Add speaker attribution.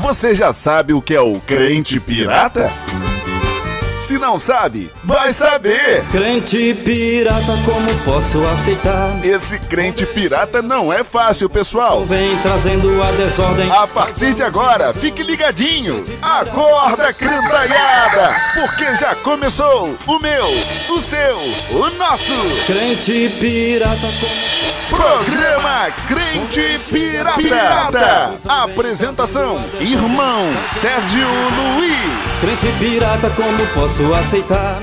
Speaker 1: Você já sabe o que é o crente pirata? Se não sabe, vai saber!
Speaker 2: Crente pirata, como posso aceitar?
Speaker 1: Esse crente pirata não é fácil, pessoal.
Speaker 2: Vem trazendo a desordem.
Speaker 1: A partir de agora, fique ligadinho. Acorda, crentaiada! Porque já começou o meu, o seu, o nosso
Speaker 2: Crente pirata, como.
Speaker 1: programa Crente Pirata. Apresentação: Irmão Sérgio Luiz.
Speaker 2: Crente pirata, como posso aceitar?